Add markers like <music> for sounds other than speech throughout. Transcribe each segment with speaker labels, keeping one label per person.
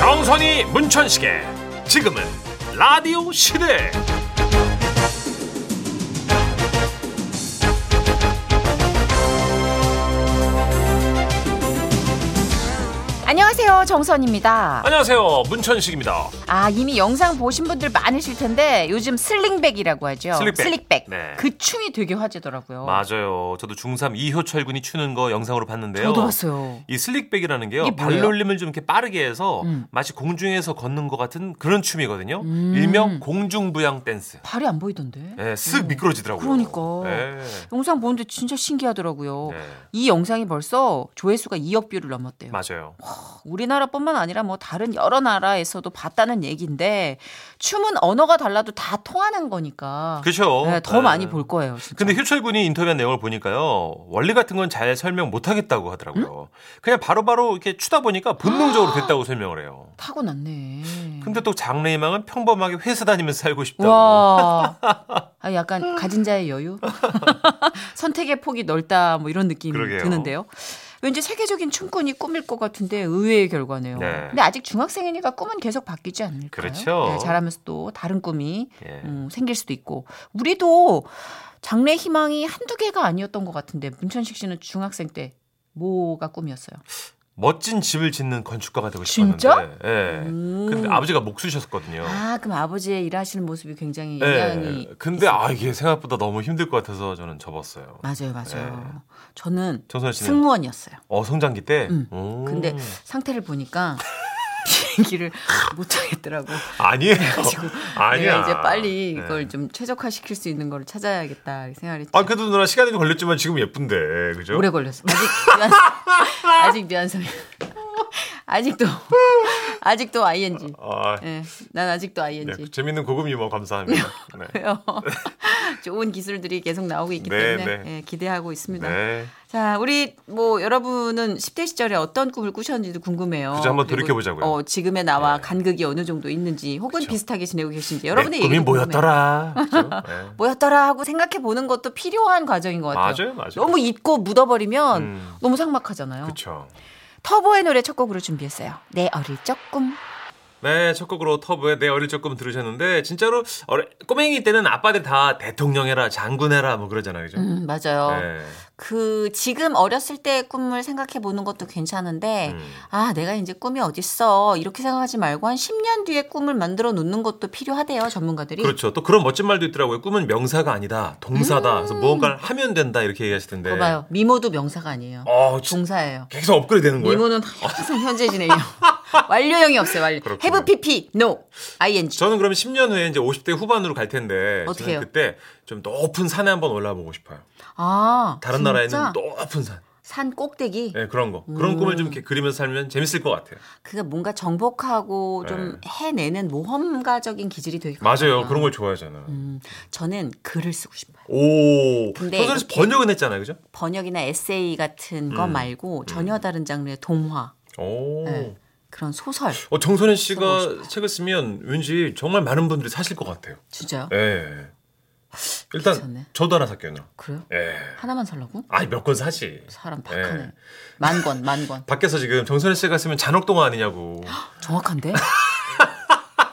Speaker 1: 이은미 문천식의 지금은 라디오 시대
Speaker 2: 안녕하세요 정선입니다.
Speaker 1: 안녕하세요 문천식입니다
Speaker 2: 아 이미 영상 보신 분들 많으실 텐데 요즘 슬링백이라고 하죠.
Speaker 1: 슬릭백. 네.
Speaker 2: 네. 그 춤이 되게 화제더라고요.
Speaker 1: 맞아요 저도 중3 이효철 군이 추는 거 영상으로 봤는데요
Speaker 2: 저도 봤어요.
Speaker 1: 이 슬릭백이라는 게요
Speaker 2: 이게 뭐예요? 음.
Speaker 1: 발놀림을 좀 이렇게 빠르게 해서 마치 공중에서 걷는 것 같은 그런 춤이거든요 일명 공중부양 댄스
Speaker 2: 발이 안 보이던데.
Speaker 1: 예, 쓱 미끄러지더라고요
Speaker 2: 음. 그러니까. 어.
Speaker 1: 예.
Speaker 2: 영상 보는데 진짜 신기하더라고요.
Speaker 1: 네.
Speaker 2: 이 영상이 벌써 조회수가 2억 뷰를 넘었대요.
Speaker 1: 맞아요
Speaker 2: 우리나라뿐만 아니라 뭐 다른 여러 나라에서도 봤다는 얘기인데 춤은 언어가 달라도 다 통하는 거니까
Speaker 1: 그렇죠
Speaker 2: 네, 더 많이 볼 거예요. 진짜.
Speaker 1: 근데 효철 군이 인터뷰한 내용을 보니까요 원리 같은 건 잘 설명 못하겠다고 하더라고요. 그냥 바로바로 이렇게 추다 보니까 본능적으로 됐다고 설명을 해요.
Speaker 2: 타고났네.
Speaker 1: 근데 또 장래희망은 평범하게 회사 다니면서 살고 싶다고.
Speaker 2: 와, 아, 약간 가진
Speaker 1: <laughs>
Speaker 2: 자의 여유, 선택의 폭이 넓다 뭐 이런 느낌이
Speaker 1: 그러게요.
Speaker 2: 드는데요. 왠지 세계적인 춤꾼이 꿈일 것 같은데 의외의 결과네요.
Speaker 1: 네.
Speaker 2: 근데 아직 중학생이니까 꿈은 계속 바뀌지 않을까요?
Speaker 1: 그렇죠.
Speaker 2: 네, 자라면서 또 다른 꿈이
Speaker 1: 예.
Speaker 2: 음, 생길 수도 있고 우리도 장래 희망이 한두 개가 아니었던 것 같은데 문천식 씨는 중학생 때 뭐가 꿈이었어요?
Speaker 1: 멋진 집을 짓는 건축가가 되고 싶었는데.
Speaker 2: 진짜?
Speaker 1: 예. 근데 아버지가 목 쑤셨거든요.
Speaker 2: 음. 아 그럼 아버지의 일하시는 모습이 굉장히 영향이
Speaker 1: 예. 근데 아 이게 생각보다 너무 힘들 것 같아서 저는 접었어요.
Speaker 2: 맞아요,
Speaker 1: 네.
Speaker 2: 맞아요. 저는
Speaker 1: 정선 씨는
Speaker 2: 승무원이었어요.
Speaker 1: 어 성장기 때.
Speaker 2: 음.
Speaker 1: 오.
Speaker 2: 근데 상태를 보니까 <laughs> 비행기를 못 타겠더라고.
Speaker 1: 아니에요.
Speaker 2: <laughs> 그래가지고
Speaker 1: 아니야.
Speaker 2: 내가 이제 빨리 이걸
Speaker 1: 네.
Speaker 2: 좀 최적화 시킬 수 있는 걸 찾아야겠다 이 생각을 했죠.
Speaker 1: 아 그래도 누나 시간이 좀 걸렸지만 지금 예쁜데 그죠?
Speaker 2: 오래 걸렸어. 아직 뉘앙스, <laughs> 아직 뉘앙스. <laughs> 아직도 아직도 ing.
Speaker 1: 아,
Speaker 2: 예, 난 아직도
Speaker 1: 네,
Speaker 2: ing.
Speaker 1: 재밌는 고급 유머 감사합니다. 네.
Speaker 2: 요 <laughs> 좋은 기술들이 계속 나오고 있기
Speaker 1: 네,
Speaker 2: 때문에
Speaker 1: 네.
Speaker 2: 예, 기대하고 있습니다.
Speaker 1: 네.
Speaker 2: 자, 우리 뭐 여러분은 10대 시절에 어떤 꿈을 꾸셨는지도 궁금해요.
Speaker 1: 그죠, 한번
Speaker 2: 그리고,
Speaker 1: 돌이켜보자고요.
Speaker 2: 어, 지금의 나와
Speaker 1: 네.
Speaker 2: 간극이 어느 정도 있는지 혹은 비슷하게 지내고 계신지 여러분의
Speaker 1: 내 꿈이
Speaker 2: 얘기도 궁금해요.
Speaker 1: 뭐였더라. 네, 그죠?
Speaker 2: <laughs>
Speaker 1: 네.
Speaker 2: 뭐였더라 하고 생각해 보는 것도 필요한 과정인 것 같아요.
Speaker 1: 맞아요, 맞아요.
Speaker 2: 너무 잊고 묻어버리면
Speaker 1: 음.
Speaker 2: 너무 삭막하잖아요.
Speaker 1: 그쵸.
Speaker 2: 터보의 노래 첫 곡으로 준비했어요. 내 어릴 적 꿈.
Speaker 1: 네, 첫 곡으로 터보의 내 어릴 적 꿈 들으셨는데 진짜로 어레, 꼬맹이 때는 아빠들 다 대통령 해라, 장군 해라 뭐 그러잖아요, 그죠?
Speaker 2: 음, 맞아요.
Speaker 1: 네.
Speaker 2: 그 지금 어렸을 때의 꿈을 생각해 보는 것도 괜찮은데
Speaker 1: 음.
Speaker 2: 아 내가 이제 꿈이 어딨어 이렇게 생각하지 말고 한 10년 뒤에 꿈을 만들어 놓는 것도 필요하대요 전문가들이
Speaker 1: 그렇죠. 또 그런 멋진 말도 있더라고요. 꿈은 명사가 아니다, 동사다. 그래서 무언가를 하면 된다 이렇게 얘기하시던데.
Speaker 2: 거 음. 봐요 미모도 명사가 아니에요
Speaker 1: 네. 어, 진-
Speaker 2: 동사예요
Speaker 1: 계속 업그레이드 되는 거예요. 어.
Speaker 2: 미모는 항상 현재
Speaker 1: <laughs>
Speaker 2: 진행형 완료형이 없어요 완료
Speaker 1: 그렇군요.
Speaker 2: have pp no ing
Speaker 1: 저는 그럼 10년 후에 이제 50대 후반으로 갈 텐데
Speaker 2: 어떻게
Speaker 1: 저는
Speaker 2: 해요?
Speaker 1: 그때 좀 높은 산에 한번 올라가 보고 싶어요.
Speaker 2: 아
Speaker 1: 다른
Speaker 2: 진짜?
Speaker 1: 나라에는 높은 산.
Speaker 2: 산 꼭대기
Speaker 1: 네, 그런 거. 그런
Speaker 2: 음.
Speaker 1: 꿈을 좀 이렇게 그리면서 살면 재밌을 것 같아요.
Speaker 2: 그게 뭔가 정복하고 좀 해내는 모험가적인 기질이 되게
Speaker 1: 네. 맞아요.
Speaker 2: 강하구나.
Speaker 1: 그런 걸 좋아하잖아.
Speaker 2: 음, 저는 글을 쓰고 싶어요.
Speaker 1: 오.
Speaker 2: 근데
Speaker 1: 선선 씨
Speaker 2: 이렇게-
Speaker 1: 번역은 했잖아요. 그죠?
Speaker 2: 번역이나 에세이 같은 거 말고 전혀 다른 장르의 동화
Speaker 1: 음. 오.
Speaker 2: 네. 그런 소설
Speaker 1: 어, 정선혜
Speaker 2: 써보고
Speaker 1: 씨가 책을 쓰면 왠지 정말 많은 분들이 사실 것 같아요.
Speaker 2: 진짜요?
Speaker 1: 예. 일단
Speaker 2: 괜찮네.
Speaker 1: 저도 하나 살게요. 누나.
Speaker 2: 그래요?
Speaker 1: 예.
Speaker 2: 하나만 살라고?
Speaker 1: 아니 몇 권 사지.
Speaker 2: 사람
Speaker 1: 예.
Speaker 2: 박하네. 만 권,
Speaker 1: <laughs>
Speaker 2: 만 권.
Speaker 1: 밖에서 지금 정선혜 씨가 쓰면 잔혹동화 아니냐고.
Speaker 2: <gasps> 정확한데?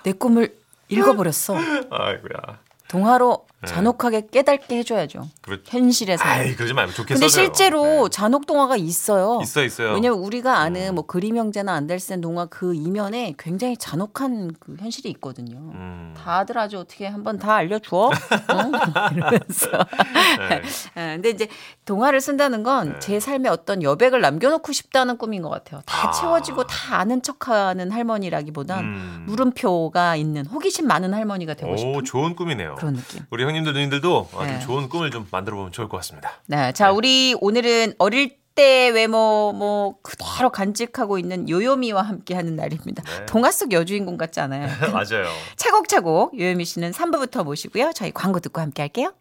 Speaker 2: 내 꿈을 읽어버렸어.
Speaker 1: 아이고야.
Speaker 2: 동화로 잔혹하게 깨닫게 해줘야죠.
Speaker 1: 네. 그렇-
Speaker 2: 현실에서.
Speaker 1: 아이 그러지 말고 좋게
Speaker 2: 근데
Speaker 1: 써줘요.
Speaker 2: 실제로
Speaker 1: 네.
Speaker 2: 잔혹 동화가 있어요.
Speaker 1: 있어 있어요. 음.
Speaker 2: 왜냐면 우리가 아는 뭐 그림 형제나 안델센 동화 그 이면에 굉장히 잔혹한 그 현실이 있거든요. <laughs>
Speaker 1: 음.
Speaker 2: 다들 아주 어떻게 한번
Speaker 1: <laughs>
Speaker 2: 다 알려줘? 어? <laughs> 이러면서.
Speaker 1: 네.
Speaker 2: 예, 근데 이제 동화를 쓴다는 건 제 삶에 어떤 여백을 남겨놓고 싶다는 꿈인 것 같아요. 다
Speaker 1: 아.
Speaker 2: 채워지고 다 아는 척하는 할머니라기보단
Speaker 1: 음.
Speaker 2: 물음표가 있는 호기심 많은 할머니가 되고 싶은
Speaker 1: 오 좋은 꿈이네요.
Speaker 2: 그런 느낌.
Speaker 1: 우리 형님들 누님들도 아, 좀
Speaker 2: 네.
Speaker 1: 좋은 꿈을 좀 만들어 보면 좋을 것 같습니다.
Speaker 2: 네, 자 우리 오늘은 어릴 때 외모 뭐 그대로 간직하고 있는 요요미와 함께하는 날입니다.
Speaker 1: 네.
Speaker 2: 동화 속 여주인공 같지 않아요?
Speaker 1: <laughs> <laughs> 맞아요.
Speaker 2: 차곡차곡 요요미 씨는 3부부터 모시고요. 저희 광고 듣고 함께 할게요.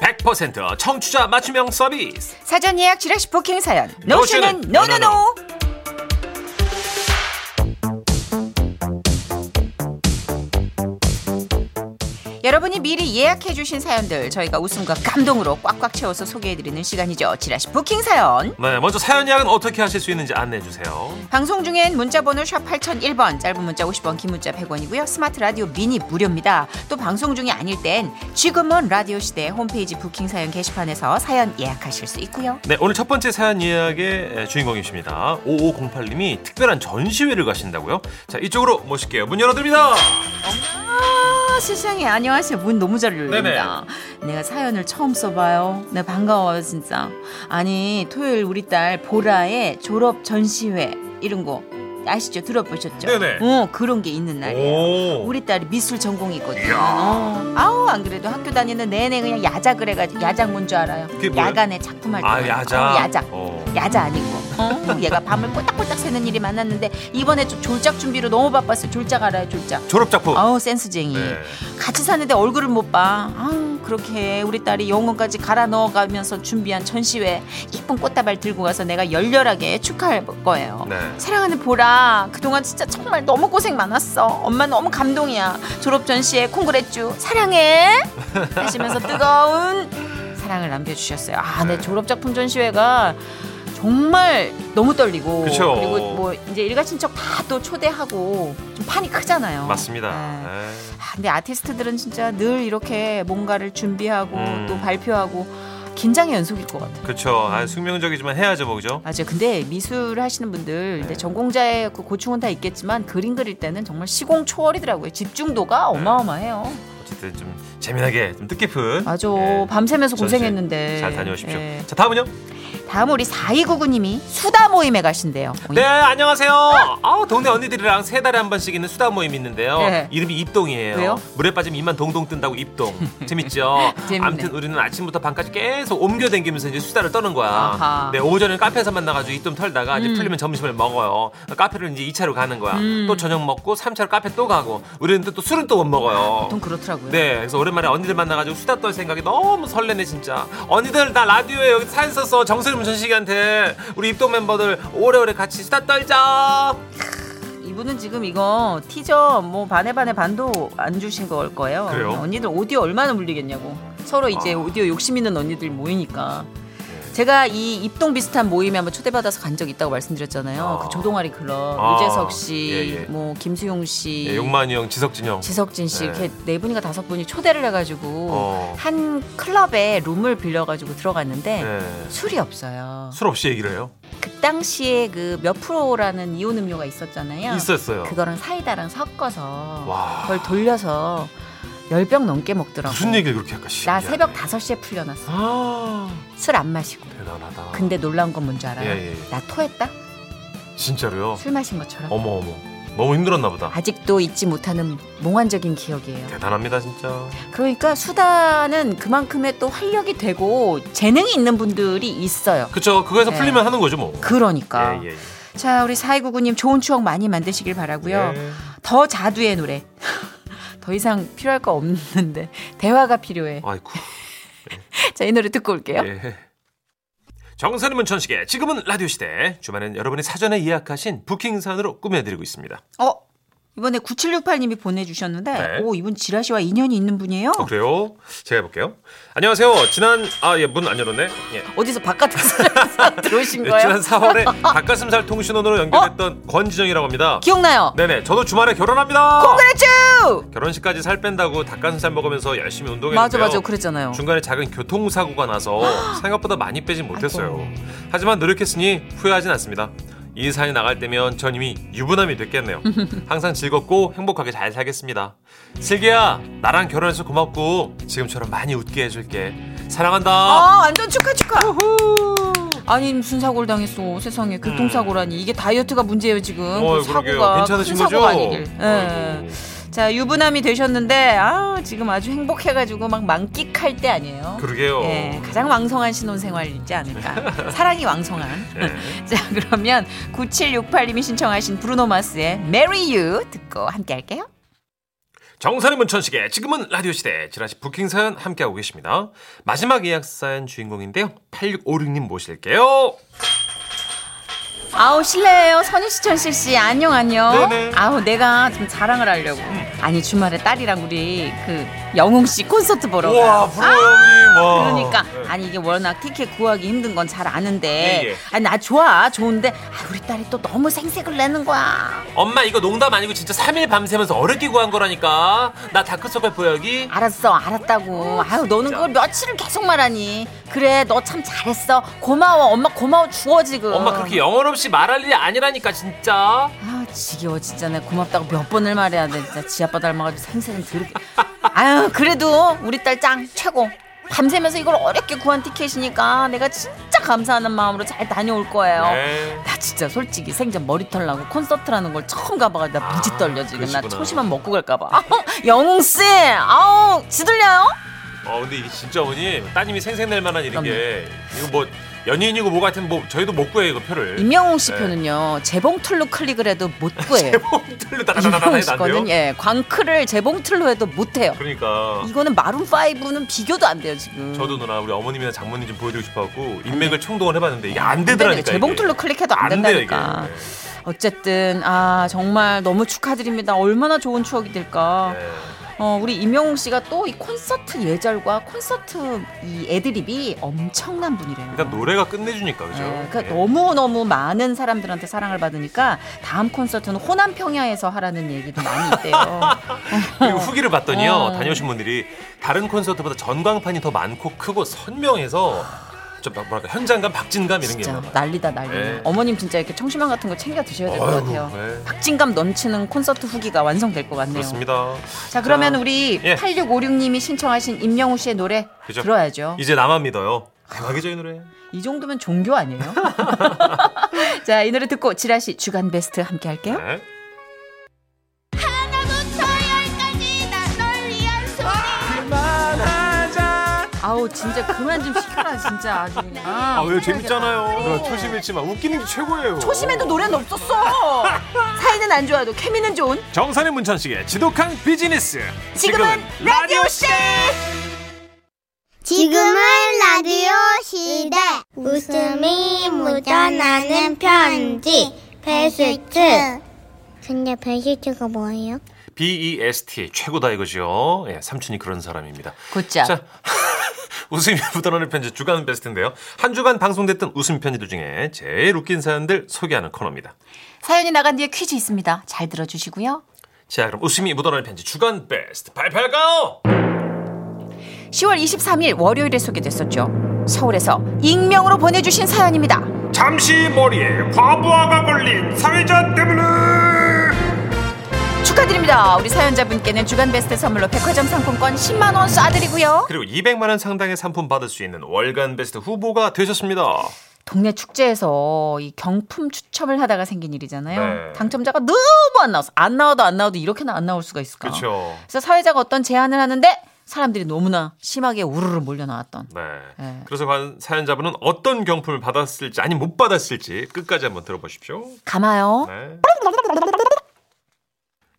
Speaker 1: 백퍼센트 청취자 맞춤형 서비스.
Speaker 2: 사전 예약 지라시 부킹 사연.
Speaker 1: 노션은
Speaker 2: 노션은 노노노. 여러분이 미리 예약해 주신 사연들 저희가 웃음과 감동으로 꽉꽉 채워서 소개해 드리는 시간이죠. 지라시 부킹 사연.
Speaker 1: 네, 먼저 사연 예약은 어떻게 하실 수 있는지 안내해 주세요.
Speaker 2: 방송 중엔 문자 번호 샵 8001번 짧은 문자 50원 긴 문자 100원이고요. 스마트 라디오 미니 무료입니다. 또 방송 중이 아닐 땐 지금은 라디오 시대 홈페이지 부킹 사연 게시판에서 사연 예약하실 수 있고요.
Speaker 1: 네, 오늘 첫 번째 사연 예약의 주인공이십니다. 5508님이 특별한 전시회를 가신다고요? 자, 이쪽으로 모실게요. 문 열어드립니다.
Speaker 2: 아, 세상에 안녕하세요. 문 너무 잘 열립니다. 내가 사연을 처음 써봐요. 네 반가워요 진짜. 아니 토요일 우리 딸 보라의 졸업 전시회 이런 거 아시죠? 들어보셨죠?
Speaker 1: 네네.
Speaker 2: 어 그런 게 있는 날이에요.
Speaker 1: 오.
Speaker 2: 우리 딸이 미술 전공이거든요. 어. 아우 안 그래도 학교 다니는 내내 그냥 야작을 해가지고 야작 뭔줄 알아요?
Speaker 1: 그게 뭐예요?
Speaker 2: 야간에 작품 활동.
Speaker 1: 아, 야자.
Speaker 2: 어, 야작.
Speaker 1: 어.
Speaker 2: 야자 아니고 어, 얘가 밤을 꼬딱꼬딱 새는 일이 많았는데 이번에 좀 졸작 준비로 너무 바빴어요 졸작 알아요 졸작
Speaker 1: 졸업작품.
Speaker 2: 아우 센스쟁이
Speaker 1: 네.
Speaker 2: 같이 사는데 얼굴을 못 봐 아우 그렇게 우리 딸이 영혼까지 갈아 넣어가면서 준비한 전시회 이쁜 꽃다발 들고 가서 내가 열렬하게 축하할 거예요
Speaker 1: 네.
Speaker 2: 사랑하는 보라 그동안 진짜 정말 너무 고생 많았어 엄마 너무 감동이야 졸업 전시회 콩그레쭈
Speaker 1: <laughs>
Speaker 2: 사랑해 하시면서 뜨거운 사랑을 남겨주셨어요 아내
Speaker 1: 네.
Speaker 2: 졸업 작품 전시회가 정말 너무 떨리고
Speaker 1: 그쵸.
Speaker 2: 리고뭐 이제 일가 친척 다 또 초대하고 좀 판이 크잖아요
Speaker 1: 맞습니다.
Speaker 2: 네.
Speaker 1: 네.
Speaker 2: 아, 근데 아티스트들은 진짜 늘 이렇게 뭔가를 준비하고
Speaker 1: 음.
Speaker 2: 또 발표하고 긴장의 연속일 것 같아요.
Speaker 1: 그렇죠. 아, 숙명적이지만 해야죠, 뭐 그죠?
Speaker 2: 맞아요. 근데 미술 하시는 분들 근데
Speaker 1: 네.
Speaker 2: 전공자의 그 고충은 다 있겠지만 그림 그릴 때는 정말 시공 초월이더라고요. 집중도가
Speaker 1: 네.
Speaker 2: 어마어마해요.
Speaker 1: 어쨌든 좀 재미나게 좀 뜻깊은
Speaker 2: 맞아.
Speaker 1: 예.
Speaker 2: 밤새면서
Speaker 1: 전시.
Speaker 2: 고생했는데.
Speaker 1: 잘 다녀오십시오.
Speaker 2: 예.
Speaker 1: 자, 다음은요?
Speaker 2: 다음 우리 4299님이 수다 모임에 가신대요. 어,
Speaker 1: 네, 안녕하세요. 아우, 동네 언니들이랑 세 달에 한 번씩 있는 수다 모임 있는데요.
Speaker 2: 네.
Speaker 1: 이름이 입동이에요.
Speaker 2: 왜요?
Speaker 1: 물에 빠지면 입만 동동 뜬다고
Speaker 2: <laughs>
Speaker 1: 입동. 재밌죠?
Speaker 2: 재밌네.
Speaker 1: 아무튼 우리는 아침부터 밤까지 계속 옮겨 댕기면서 이제 수다를 떠는 거야.
Speaker 2: 아하. 음.
Speaker 1: 네, 오전에 카페에서 만나가지고 입동 털다가 이제 풀리면 점심을 먹어요. 카페를 이제 2차로 가는 거야. 또 저녁 먹고 3차로 카페 또 가고 우리는 또, 또 술은 또 못 먹어요.
Speaker 2: 보통 그렇더라고요.
Speaker 1: 네, 그래서 오랜만에 언니들 만나가지고 수다 떨 생각이 너무 설레네 진짜. 언니들 나 라디오에 여기 사연 썼어 정세림 전식이한테 우리 입동 멤버들 오래오래 같이 수다 떨자.
Speaker 2: 이분은 지금 이거 티저 뭐 반에 반에 반도 안 주신 걸 거예요.
Speaker 1: 그래요?
Speaker 2: 언니들 오디오 얼마나 물리겠냐고. 서로 이제
Speaker 1: 아. 네.
Speaker 2: 오디오 욕심 있는 언니들 모이니까. 제가 이 입동 비슷한 모임에 한번 초대받아서 간 적 있다고 말씀드렸잖아요.
Speaker 1: 아.
Speaker 2: 그 조동아리 클럽,
Speaker 1: 아.
Speaker 2: 유재석 씨,
Speaker 1: 예, 예.
Speaker 2: 뭐 김수용 씨,
Speaker 1: 예, 용만이 형, 지석진 형.
Speaker 2: 지석진 씨
Speaker 1: 네.
Speaker 2: 이렇게 네 분인가 다섯 분이 초대를 해가지고
Speaker 1: 어.
Speaker 2: 한 클럽에 룸을 빌려가지고 들어갔는데
Speaker 1: 네.
Speaker 2: 술이 없어요.
Speaker 1: 술 없이 얘기를 해요.
Speaker 2: 그 당시에 그 몇 프로라는 이온 음료가 있었잖아요.
Speaker 1: 있었어요.
Speaker 2: 그거랑 사이다랑 섞어서
Speaker 1: 와
Speaker 2: 그걸 돌려서 열 병 넘게 먹더라고.
Speaker 1: 무슨 얘기를 그렇게 할까 싶어.
Speaker 2: 나 새벽 5시에 풀려났어.
Speaker 1: 아
Speaker 2: 술 안 마시고.
Speaker 1: 대단하다.
Speaker 2: 근데 놀라운 건 뭔지 알아요?
Speaker 1: 예, 예.
Speaker 2: 나 토했다?
Speaker 1: 진짜로요.
Speaker 2: 술 마신 것처럼.
Speaker 1: 어머 어머 너무 힘들었나 보다.
Speaker 2: 아직도 잊지 못하는 몽환적인 기억이에요.
Speaker 1: 대단합니다 진짜.
Speaker 2: 그러니까 수다는 그만큼의 또 활력이 되고 재능이 있는 분들이 있어요.
Speaker 1: 그쵸 그거에서
Speaker 2: 네.
Speaker 1: 풀리면 하는 거죠 뭐.
Speaker 2: 그러니까.
Speaker 1: 예, 예, 예.
Speaker 2: 자, 우리 4299님 좋은 추억 많이 만드시길 바라고요.
Speaker 1: 예.
Speaker 2: 더 자두의 노래. <laughs> 더 이상 필요할 거 없는데 대화가 필요해.
Speaker 1: 아이쿠.
Speaker 2: 자, 이 노래 듣고 올게요.
Speaker 1: 예. 정선이 문천식의 지금은 라디오 시대 주말엔 여러분이 사전에 예약하신 부킹산으로 꾸며드리고 있습니다.
Speaker 2: 어 이번에 9768님이 보내주셨는데
Speaker 1: 네.
Speaker 2: 오 이분 지라 씨와 인연이 있는 분이에요.
Speaker 1: 어, 그래요? 제가 해볼게요. 안녕하세요. 지난 아예문 안 열었네. 예.
Speaker 2: 어디서 바깥에서 <laughs> 들어오신
Speaker 1: 예,
Speaker 2: 거예요? 어?
Speaker 1: 지난
Speaker 2: <laughs>
Speaker 1: 4월에 닭가슴살 통신원으로 연결됐던 권진영이라고 합니다.
Speaker 2: 기억나요?
Speaker 1: 네네, 저도 주말에 결혼합니다.
Speaker 2: 콩그레츠
Speaker 1: 결혼식까지 살 뺀다고 닭가슴살 먹으면서 열심히 운동했는데요.
Speaker 2: 맞아 맞아 그랬잖아요.
Speaker 1: 중간에 작은 교통사고가
Speaker 2: <gasps>
Speaker 1: 나서 생각보다 많이 빼진 못했어요. 하지만 노력했으니 후회하진 않습니다. 이 사연이 나갈 때면 전 이미 유부남이
Speaker 2: <laughs>
Speaker 1: 됐겠네요. 항상 즐겁고 행복하게 잘 살겠습니다. 슬기야, 나랑 결혼해서 고맙고 지금처럼 많이 웃게 해줄게. 사랑한다.
Speaker 2: 아 완전 축하 축하. 아니 무슨 사고를 당했어 세상에 교통사고라니 이게 다이어트가 문제예요 지금
Speaker 1: 어이,
Speaker 2: 그 사고가
Speaker 1: 괜찮으신
Speaker 2: 큰 사고가
Speaker 1: 거죠?
Speaker 2: 아니길. 예.
Speaker 1: 아이고,
Speaker 2: 자 유부남이 되셨는데 아 지금 아주 행복해가지고 막 만끽할 때 아니에요.
Speaker 1: 그러게요.
Speaker 2: 예, 가장 왕성한
Speaker 1: <laughs>
Speaker 2: 신혼생활이지 않을까. 사랑이 왕성한.
Speaker 1: 네.
Speaker 2: 자 <laughs> 그러면 9768님이 신청하신 브루노마스의 Marry You 듣고 함께 할게요.
Speaker 1: 정선의 문천식의 지금은 라디오 시대 지라시 부킹 사연 함께하고 계십니다. 마지막 예약 사연 주인공인데요. 8656님 모실게요.
Speaker 2: 아우 실례예요 선희 씨 천실 씨 안녕 안녕
Speaker 1: 네네. 음.
Speaker 2: 아우 내가 좀 자랑을 하려고 아니 주말에 딸이랑 우리 그 영웅 씨 콘서트 보러
Speaker 1: 우와
Speaker 2: 가요 아,
Speaker 1: 부러워요 형님. 와.
Speaker 2: 그러니까
Speaker 1: 네.
Speaker 2: 아니 이게 워낙 티켓 구하기 힘든 건 잘 아는데
Speaker 1: 예, 예.
Speaker 2: 아니 나 좋아 좋은데 아, 우리 딸이 또 너무 생색을 내는 거야
Speaker 1: 엄마 이거 농담 아니고 진짜 3일 밤새면서 어렵게 구한 거라니까. 나 다크서클 보여기.
Speaker 2: 알았어 알았다고 아유 너는 그걸 며칠을 계속 말하니 그래 너 참 잘했어 고마워 엄마 고마워 죽어 지금
Speaker 1: 엄마 그렇게 영혼 없이 말할 일이 아니라니까 진짜.
Speaker 2: 아 지겨워 진짜 내 고맙다고 몇 번을 말해야 돼 진짜 지 아빠 닮아가지고 생색은 들게 아유 그래도 우리 딸 짱 최고 밤새면서 이걸 어렵게 구한 티켓이니까 내가 진짜 감사하는 마음으로 잘 다녀올 거예요
Speaker 1: 네.
Speaker 2: 나 진짜 솔직히 생전 머리털 나고 콘서트라는 걸 처음 가봐가지고 나 무지
Speaker 1: 아,
Speaker 2: 떨려 지금 나
Speaker 1: 그러시구나.
Speaker 2: 초심만 먹고 갈까봐 영웅씨 아우 지들려요?
Speaker 1: 어 근데 이게 진짜 어머니 따님이 생색낼 만한 일인 게 이거 뭐 연예인이고 뭐가 하여튼 뭐 저희도 못 구해요 이거 표를. <laughs>
Speaker 2: 임영웅 씨
Speaker 1: 네.
Speaker 2: 표는요 재봉틀로 클릭을 해도 못 구해요
Speaker 1: 틀로 다가다가다
Speaker 2: 임영웅 씨
Speaker 1: 해도 안
Speaker 2: 거는
Speaker 1: 돼요.
Speaker 2: 예 광클을 재봉틀로 해도 못해요
Speaker 1: 그러니까
Speaker 2: 이거는 마룬 5는 비교도 안 돼요 지금.
Speaker 1: 저도 누나 우리 어머님이나 장모님 좀 보여드리고 싶어갖고
Speaker 2: 네.
Speaker 1: 인맥을 총동원 해봤는데 이게 안
Speaker 2: 안 되네.
Speaker 1: 되더라니까.
Speaker 2: 재봉틀로
Speaker 1: 이게.
Speaker 2: 클릭해도 안,
Speaker 1: 안 돼요, 이게.
Speaker 2: 된다니까. 어쨌든 아 정말 너무 축하드립니다. 얼마나 좋은 추억이 될까.
Speaker 1: 네.
Speaker 2: 어 우리 임영웅 씨가 또 이 콘서트 예절과 콘서트 이 애드립이 엄청난 분이래요.
Speaker 1: 일단 그러니까 노래가 끝내주니까 그죠.
Speaker 2: 예, 그러니까
Speaker 1: 예.
Speaker 2: 너무 너무 많은 사람들한테 사랑을 받으니까 다음 콘서트는 호남 평야에서 하라는 얘기도 많이
Speaker 1: <laughs>
Speaker 2: 있대요.
Speaker 1: 그리고 후기를 봤더니요
Speaker 2: 어.
Speaker 1: 다녀오신 분들이 다른 콘서트보다 전광판이 더 많고 크고 선명해서 좀 뭐랄까 현장감 박진감 이런 게
Speaker 2: 진짜
Speaker 1: 있나 봐요.
Speaker 2: 난리다 난리.
Speaker 1: 예.
Speaker 2: 어머님 진짜 이렇게 청심환 같은 거 챙겨 드셔야 될 것
Speaker 1: 아이고,
Speaker 2: 같아요.
Speaker 1: 예.
Speaker 2: 박진감 넘치는 콘서트 후기가 완성될 것 같네요.
Speaker 1: 그렇습니다.
Speaker 2: 자 그러면
Speaker 1: 자,
Speaker 2: 우리
Speaker 1: 예.
Speaker 2: 8656님이 신청하신 임영웅 씨의 노래
Speaker 1: 그죠.
Speaker 2: 들어야죠.
Speaker 1: 이제 나만 믿어요. 대박이죠 이 노래.
Speaker 2: 이 정도면
Speaker 1: <laughs>
Speaker 2: 종교 아니에요? 자 이 노래 듣고 지라시 주간 베스트 함께 할게요.
Speaker 1: 네.
Speaker 3: 하나부터 열까지 나 널 위한 소리
Speaker 2: 아우 진짜 그만 좀 시켜라 진짜 아주 그냥.
Speaker 1: 아, 왜 재밌잖아요. 초심 잃지만 웃기는 게 최고예요.
Speaker 2: 초심에도 노래는
Speaker 1: <laughs>
Speaker 2: 없었어. 사이는 안 좋아도 케미는 좋은
Speaker 1: 정선의 문천식의 지독한 비즈니스.
Speaker 2: 지금은 라디오 씨.
Speaker 3: 지금은 라디오 시대 웃음이 묻어나는 편지 베스트 근데 베스트가 뭐예요?
Speaker 1: BEST E 최고다 이거죠. 예, 삼촌이 그런 사람입니다.
Speaker 2: 굿잡.
Speaker 1: 자, <laughs> 웃음이 묻어나는 편지 주간 베스트인데요. 한 주간 방송됐던 웃음 편지들 중에 제일 웃긴 사연들 소개하는 코너입니다.
Speaker 2: 사연이 나간 뒤에 퀴즈 있습니다. 잘 들어주시고요.
Speaker 1: 자, 그럼 웃음이 묻어나는 편지 주간 베스트 발표할까요?
Speaker 2: 10월 23일 월요일에 소개됐었죠. 서울에서 익명으로 보내주신 사연입니다.
Speaker 4: 잠시 머리에 과부하가 걸린 사회자 때문에
Speaker 2: 축하드립니다. 우리 사연자분께는 주간 베스트 선물로 백화점 상품권 10만 원 쏴드리고요.
Speaker 1: 그리고 200만 원 상당의 상품 받을 수 있는 월간 베스트 후보가 되셨습니다.
Speaker 2: 동네 축제에서 이 경품 추첨을 하다가 생긴 일이잖아요.
Speaker 1: 네.
Speaker 2: 당첨자가 너무 안 나왔어. 안 나와도 안 나와도 이렇게나 안 나올 수가 있을까?
Speaker 1: 그렇죠.
Speaker 2: 그래서 사회자가 어떤 제안을 하는데 사람들이 너무나 심하게 우르르 몰려 나왔던.
Speaker 1: 네.
Speaker 2: 네.
Speaker 1: 그래서 과연 사연자분은 어떤 경품을 받았을지 아니 못 받았을지 끝까지 한번 들어보십시오.
Speaker 2: 가마요.
Speaker 4: <laughs>
Speaker 1: 네.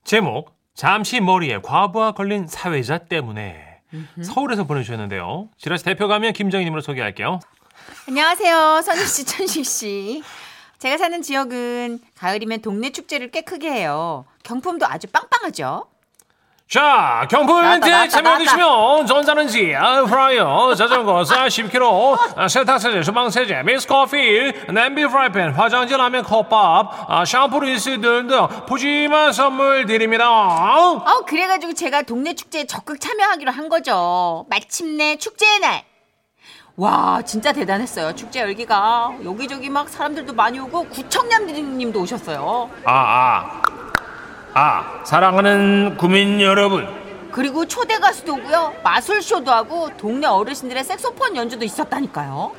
Speaker 1: 제목 잠시 머리에 과부하 걸린 사회자 때문에 서울에서 보내주셨는데요. 지라시 대표 가면 김정희님으로 소개할게요.
Speaker 2: 안녕하세요. 선희 씨, 천식 씨. 제가 사는 지역은 가을이면 동네 축제를 꽤 크게 해요. 경품도 아주 빵빵하죠.
Speaker 4: 자 경품
Speaker 2: 나왔다,
Speaker 4: 이벤트에
Speaker 2: 나왔다,
Speaker 4: 참여해주시면 전자레인지 아, 에어프라이어 자전거 40kg 아, 세탁세제 주방세제 미스커피 냄비 프라이팬 화장지 라면 컵밥 아, 샴푸 린스 등등 푸짐한 선물 드립니다 아,
Speaker 2: 어, 그래가지고 제가 동네 축제에 적극 참여하기로 한 거죠. 마침내 축제의 날. 와, 진짜 대단했어요. 축제 열기가. 여기저기 막 사람들도 많이 오고, 구청장님도 오셨어요.
Speaker 4: 아아 아, 사랑하는 구민 여러분
Speaker 2: 그리고 초대 가수도 오고요. 마술쇼도 하고, 동네 어르신들의 색소폰 연주도 있었다니까요.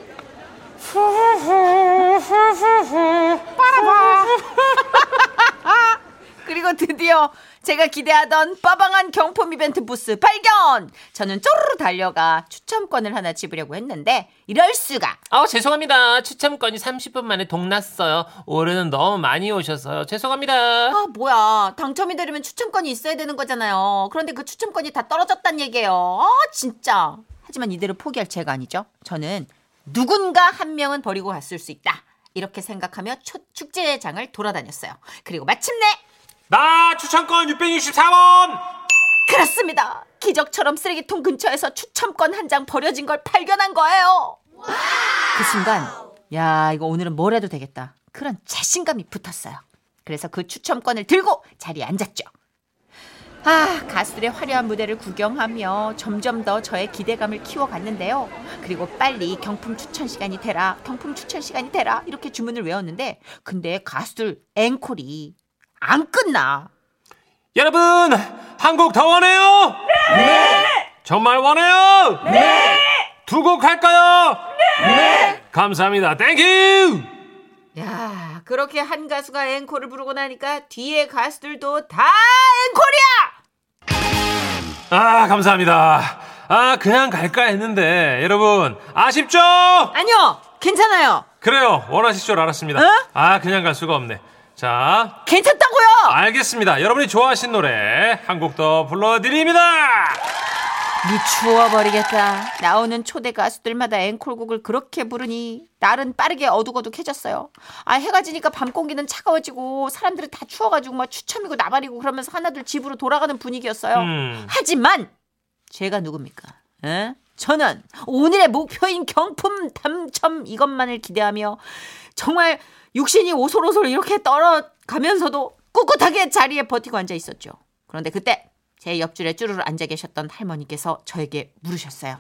Speaker 2: <laughs> 그리고 드디어 제가 기대하던 빠방한 경품 이벤트 부스 발견! 저는 쪼르르 달려가 추첨권을 하나 집으려고 했는데 이럴 수가!
Speaker 5: 아 죄송합니다. 추첨권이 30분 만에 동났어요. 올해는 너무 많이 오셔서요.
Speaker 1: 네.
Speaker 5: 죄송합니다.
Speaker 2: 아 뭐야 당첨이 되려면 추첨권이 있어야 되는 거잖아요. 그런데 그 추첨권이 다 떨어졌단 얘기예요. 아 진짜. 하지만 이대로 포기할 죄가 아니죠. 저는 누군가 한 명은 버리고 갔을 수 있다. 이렇게 생각하며 초- 축제장을 돌아다녔어요. 그리고 마침내
Speaker 1: 나 추천권 664원!
Speaker 2: 그렇습니다. 기적처럼 쓰레기통 근처에서 추첨권 한 장 버려진 걸 발견한 거예요. 그 순간, 야, 이거 오늘은 뭘 해도 되겠다. 그런 자신감이 붙었어요. 그래서 그 추첨권을 들고 자리에 앉았죠. 아, 가수들의 화려한 무대를 구경하며 점점 더 저의 기대감을 키워갔는데요. 그리고 빨리 경품 추천 시간이 되라, 경품 추천 시간이 되라, 이렇게 주문을 외웠는데, 근데 가수들 앵콜이 안 끝나.
Speaker 1: 여러분, 한곡 더 원해요? 네! 정말 원해요? 네! 두 곡 할까요? 네! 감사합니다. 땡큐!
Speaker 2: 야, 그렇게 한 가수가 앵콜을 부르고 나니까 뒤에 가수들도 다 앵콜이야!
Speaker 1: 아, 감사합니다. 아, 그냥 갈까 했는데, 여러분, 아쉽죠?
Speaker 2: 아니요, 괜찮아요.
Speaker 1: 그래요. 원하실 줄 알았습니다. 아, 그냥 갈 수가 없네. 자,
Speaker 2: 괜찮다고요!
Speaker 1: 알겠습니다. 여러분이 좋아하신 노래 한 곡 더 불러드립니다.
Speaker 2: 미추어버리겠다. 나오는 초대 가수들마다 앵콜곡을 그렇게 부르니 날은 빠르게 어둑어둑해졌어요. 아, 해가 지니까 밤 공기는 차가워지고 사람들은 다 추워가지고 막 추첨이고 나발이고 그러면서 하나둘 집으로 돌아가는 분위기였어요.
Speaker 1: 음.
Speaker 2: 하지만 제가 누굽니까? 에? 저는 오늘의 목표인 경품 당첨 이것만을 기대하며 정말 육신이 오솔오솔 이렇게 떨어가면서도 꿋꿋하게 자리에 버티고 앉아 있었죠. 그런데 그때 제 옆줄에 쭈르르 앉아 계셨던 할머니께서 저에게 물으셨어요.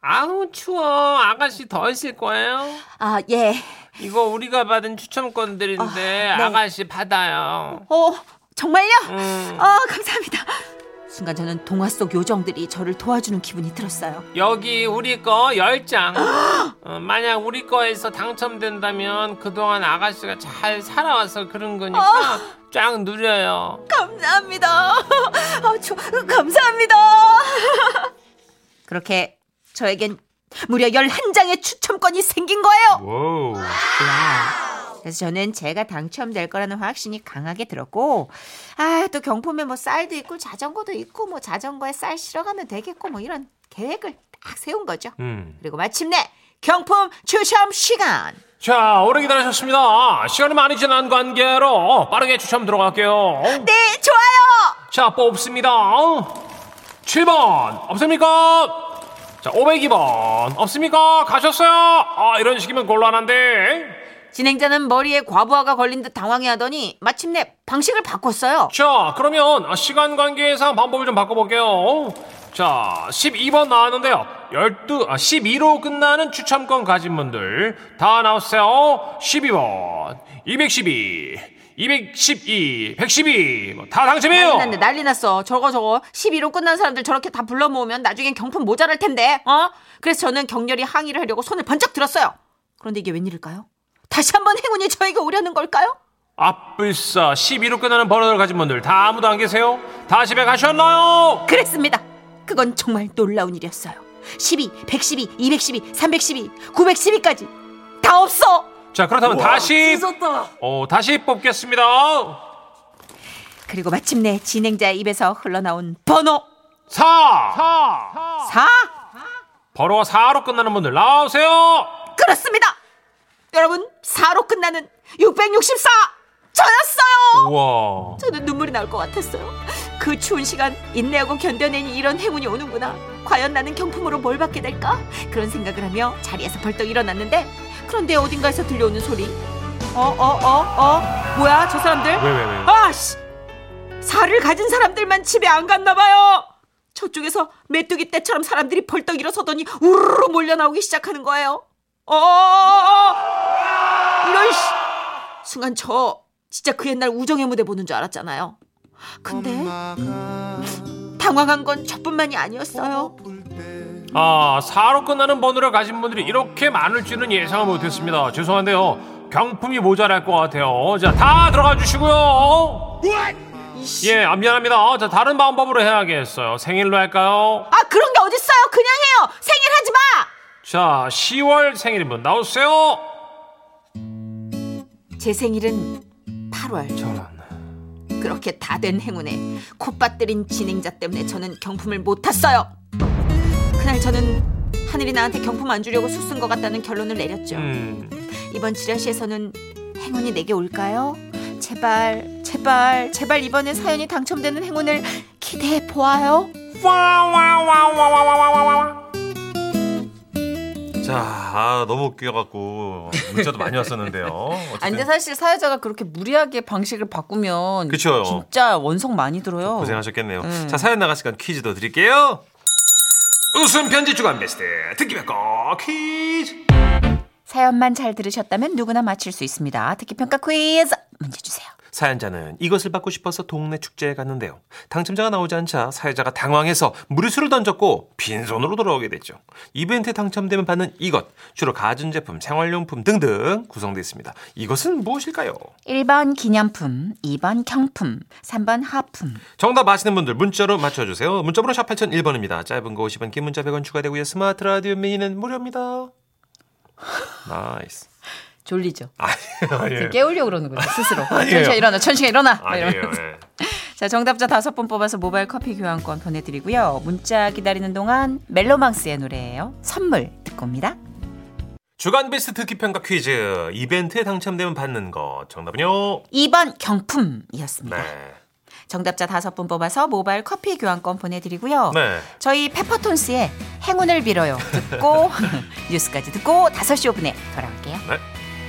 Speaker 6: 아우 추워 아가씨 더 있을 거예요?
Speaker 2: 아, 예.
Speaker 6: 이거 우리가 받은 추첨권들인데
Speaker 2: 아, 네.
Speaker 6: 아가씨 받아요.
Speaker 2: 어, 정말요?
Speaker 6: 음.
Speaker 2: 아, 감사합니다. 순간 저는 동화 속 요정들이 저를 도와주는 기분이 들었어요.
Speaker 6: 여기 우리 거
Speaker 2: <gasps>
Speaker 6: 10장. 어, 만약 우리 거에서 당첨된다면 그동안 아가씨가 잘 살아와서 그런 거니까
Speaker 2: 어.
Speaker 6: 쫙 누려요.
Speaker 2: 감사합니다. <laughs> 아, 저, 감사합니다. <laughs> 그렇게 저에겐 무려 11장의 추첨권이 생긴 거예요.
Speaker 1: 오
Speaker 2: 그래서 저는 제가 당첨될 거라는 확신이 강하게 들었고, 아, 또 경품에 뭐 쌀도 있고, 자전거도 있고, 뭐 자전거에 쌀 실어가면 되겠고, 뭐 이런 계획을 딱 세운 거죠.
Speaker 1: 음.
Speaker 2: 그리고 마침내 경품 추첨 시간!
Speaker 1: 자, 오래 기다리셨습니다. 시간이 많이 지난 관계로 빠르게 추첨 들어갈게요.
Speaker 2: 네, 좋아요!
Speaker 1: 자, 뽑습니다. 7번, 없습니까? 자, 502번, 없습니까? 가셨어요? 아, 이런 식이면 곤란한데.
Speaker 2: 진행자는 머리에 과부하가 걸린 듯 당황해하더니 마침내 방식을 바꿨어요.
Speaker 1: 자, 그러면 시간 관계상 방법을 좀 바꿔볼게요. 자, 12번 나왔는데요. 12, 아, 12로 끝나는 추첨권 가진 분들 다 나오세요. 12번, 212, 212, 112, 뭐다 당첨이에요.
Speaker 2: 난리 났네 난리 났어 저거 저거 12로 끝난 사람들 저렇게 다 불러 모으면 나중엔 경품 모자랄 텐데 어? 그래서 저는 격렬히 항의를 하려고 손을 번쩍 들었어요 그런데 이게 웬일일까요? 다시 한번 행운이 저에게 오려는 걸까요?
Speaker 1: 앞불사 12로 끝나는 번호를 가진 분들 다 아무도 안 계세요? 다 집에 가셨나요?
Speaker 2: 그랬습니다 그건 정말 놀라운 일이었어요 12, 112, 212, 312, 912까지 다 없어
Speaker 1: 자 그렇다면 다시
Speaker 2: 다
Speaker 1: 어 다시 뽑겠습니다.
Speaker 2: 그리고 마침내 진행자의 입에서 흘러나온 번호
Speaker 1: 4, 4.
Speaker 2: 4
Speaker 1: 번호가 4로 끝나는 분들 나오세요.
Speaker 2: 그렇습니다. 여러분 4로 끝나는 664 저였어요.
Speaker 1: 우와.
Speaker 2: 저는 눈물이 나올 것 같았어요. 그 추운 시간 인내하고 견뎌내니 이런 행운이 오는구나. 과연 나는 경품으로 뭘 받게 될까? 그런 생각을 하며 자리에서 벌떡 일어났는데 그런데 어딘가에서 들려오는 소리. 어 어 어 어 뭐야 저 사람들?
Speaker 1: 왜 왜 왜?
Speaker 2: 아씨 살을 가진 사람들만 집에 안 갔나 봐요 저쪽에서 메뚜기 떼처럼 사람들이 벌떡 일어서더니 우르르 몰려 나오기 시작하는 거예요 어 이런 씨 순간 저 진짜 그 옛날 우정의 무대 보는 줄 알았잖아요 근데 당황한 건 저뿐만이 아니었어요
Speaker 1: 아 4로 끝나는 번호를 가진 분들이 이렇게 많을 줄은 예상을 못했습니다. 죄송한데요. 경품이 모자랄 것 같아요. 자 다 들어가 주시고요. 예, 아, 미안합니다. 자, 다른 방법으로 해야겠어요. 생일로 할까요?
Speaker 2: 아 그런 게 어딨어요 그냥 해요 생일 하지 마
Speaker 1: 자, 10월 생일인 분 나오세요.
Speaker 2: 제 생일은 8월. 그렇게 다 된 행운에 콧받들인 진행자 때문에 저는 경품을 못 탔어요. 그날 저는 하늘이 나한테 경품 안 주려고 수쓴 것 같다는 결론을 내렸죠.
Speaker 1: 음,
Speaker 2: 이번 지라시에서는 행운이 내게 올까요? 제발, 제발, 제발 이번에 사연이 당첨되는 행운을 기대해 보아요.
Speaker 1: 자, 아, 너무 웃겨갖고 문자도 많이 왔었는데요.
Speaker 2: 아니, 근데
Speaker 1: 어쨌든
Speaker 2: 사실 사연자가 그렇게 무리하게 방식을 바꾸면
Speaker 1: 그쵸.
Speaker 2: 진짜 원성 많이 들어요.
Speaker 1: 고생하셨겠네요.
Speaker 2: 음.
Speaker 1: 자, 사연 나갈 시간 퀴즈 더 드릴게요. 웃음 편지 주간 베스트 듣기 백고 퀴즈.
Speaker 2: 사연만 잘 들으셨다면 누구나 맞힐 수 있습니다. 특히 평가 퀴즈 문제 주세요.
Speaker 1: 사연자는 이것을 받고 싶어서 동네 축제에 갔는데요. 당첨자가 나오지 않자 사회자가 당황해서 무리수를 던졌고 빈손으로 돌아오게 됐죠. 이벤트 당첨되면 받는 이것 주로 가전제품, 생활용품 등등 구성되어 있습니다. 이것은 무엇일까요?
Speaker 2: 1번 기념품, 2번 경품, 3번 하품.
Speaker 1: 정답 아시는 분들 문자로 맞춰주세요. 문자번호 샵 8001번입니다. 짧은 거 50원, 긴 문자 100원 추가되고요. 스마트 라디오 미니는 무료입니다. 나이스.
Speaker 2: 졸리죠.
Speaker 1: 아니에요.
Speaker 2: 깨우려고 그러는 거죠, 스스로.
Speaker 1: 예. <laughs> 아니에요.
Speaker 2: 천식아 일어나, 천식아 일어나. 막
Speaker 1: 아니에요.
Speaker 2: 이러면서.
Speaker 1: 예.
Speaker 2: <laughs> 자, 정답자 다섯 분 뽑아서 모바일 커피 교환권 보내드리고요. 문자 기다리는 동안 멜로망스의 노래예요. 선물 듣고 옵니다.
Speaker 1: 주간 베스트 듣기 평가 퀴즈 이벤트에 당첨되면 받는 것 정답은요.
Speaker 2: 2번 경품이었습니다.
Speaker 1: 네.
Speaker 2: 정답자 다섯 분 뽑아서 모바일 커피 교환권 보내드리고요.
Speaker 1: 네.
Speaker 2: 저희 <laughs> 페퍼톤스의 행운을 빌어요 듣고 뉴스까지 듣고 5시 5분에 돌아올게요.
Speaker 1: 네.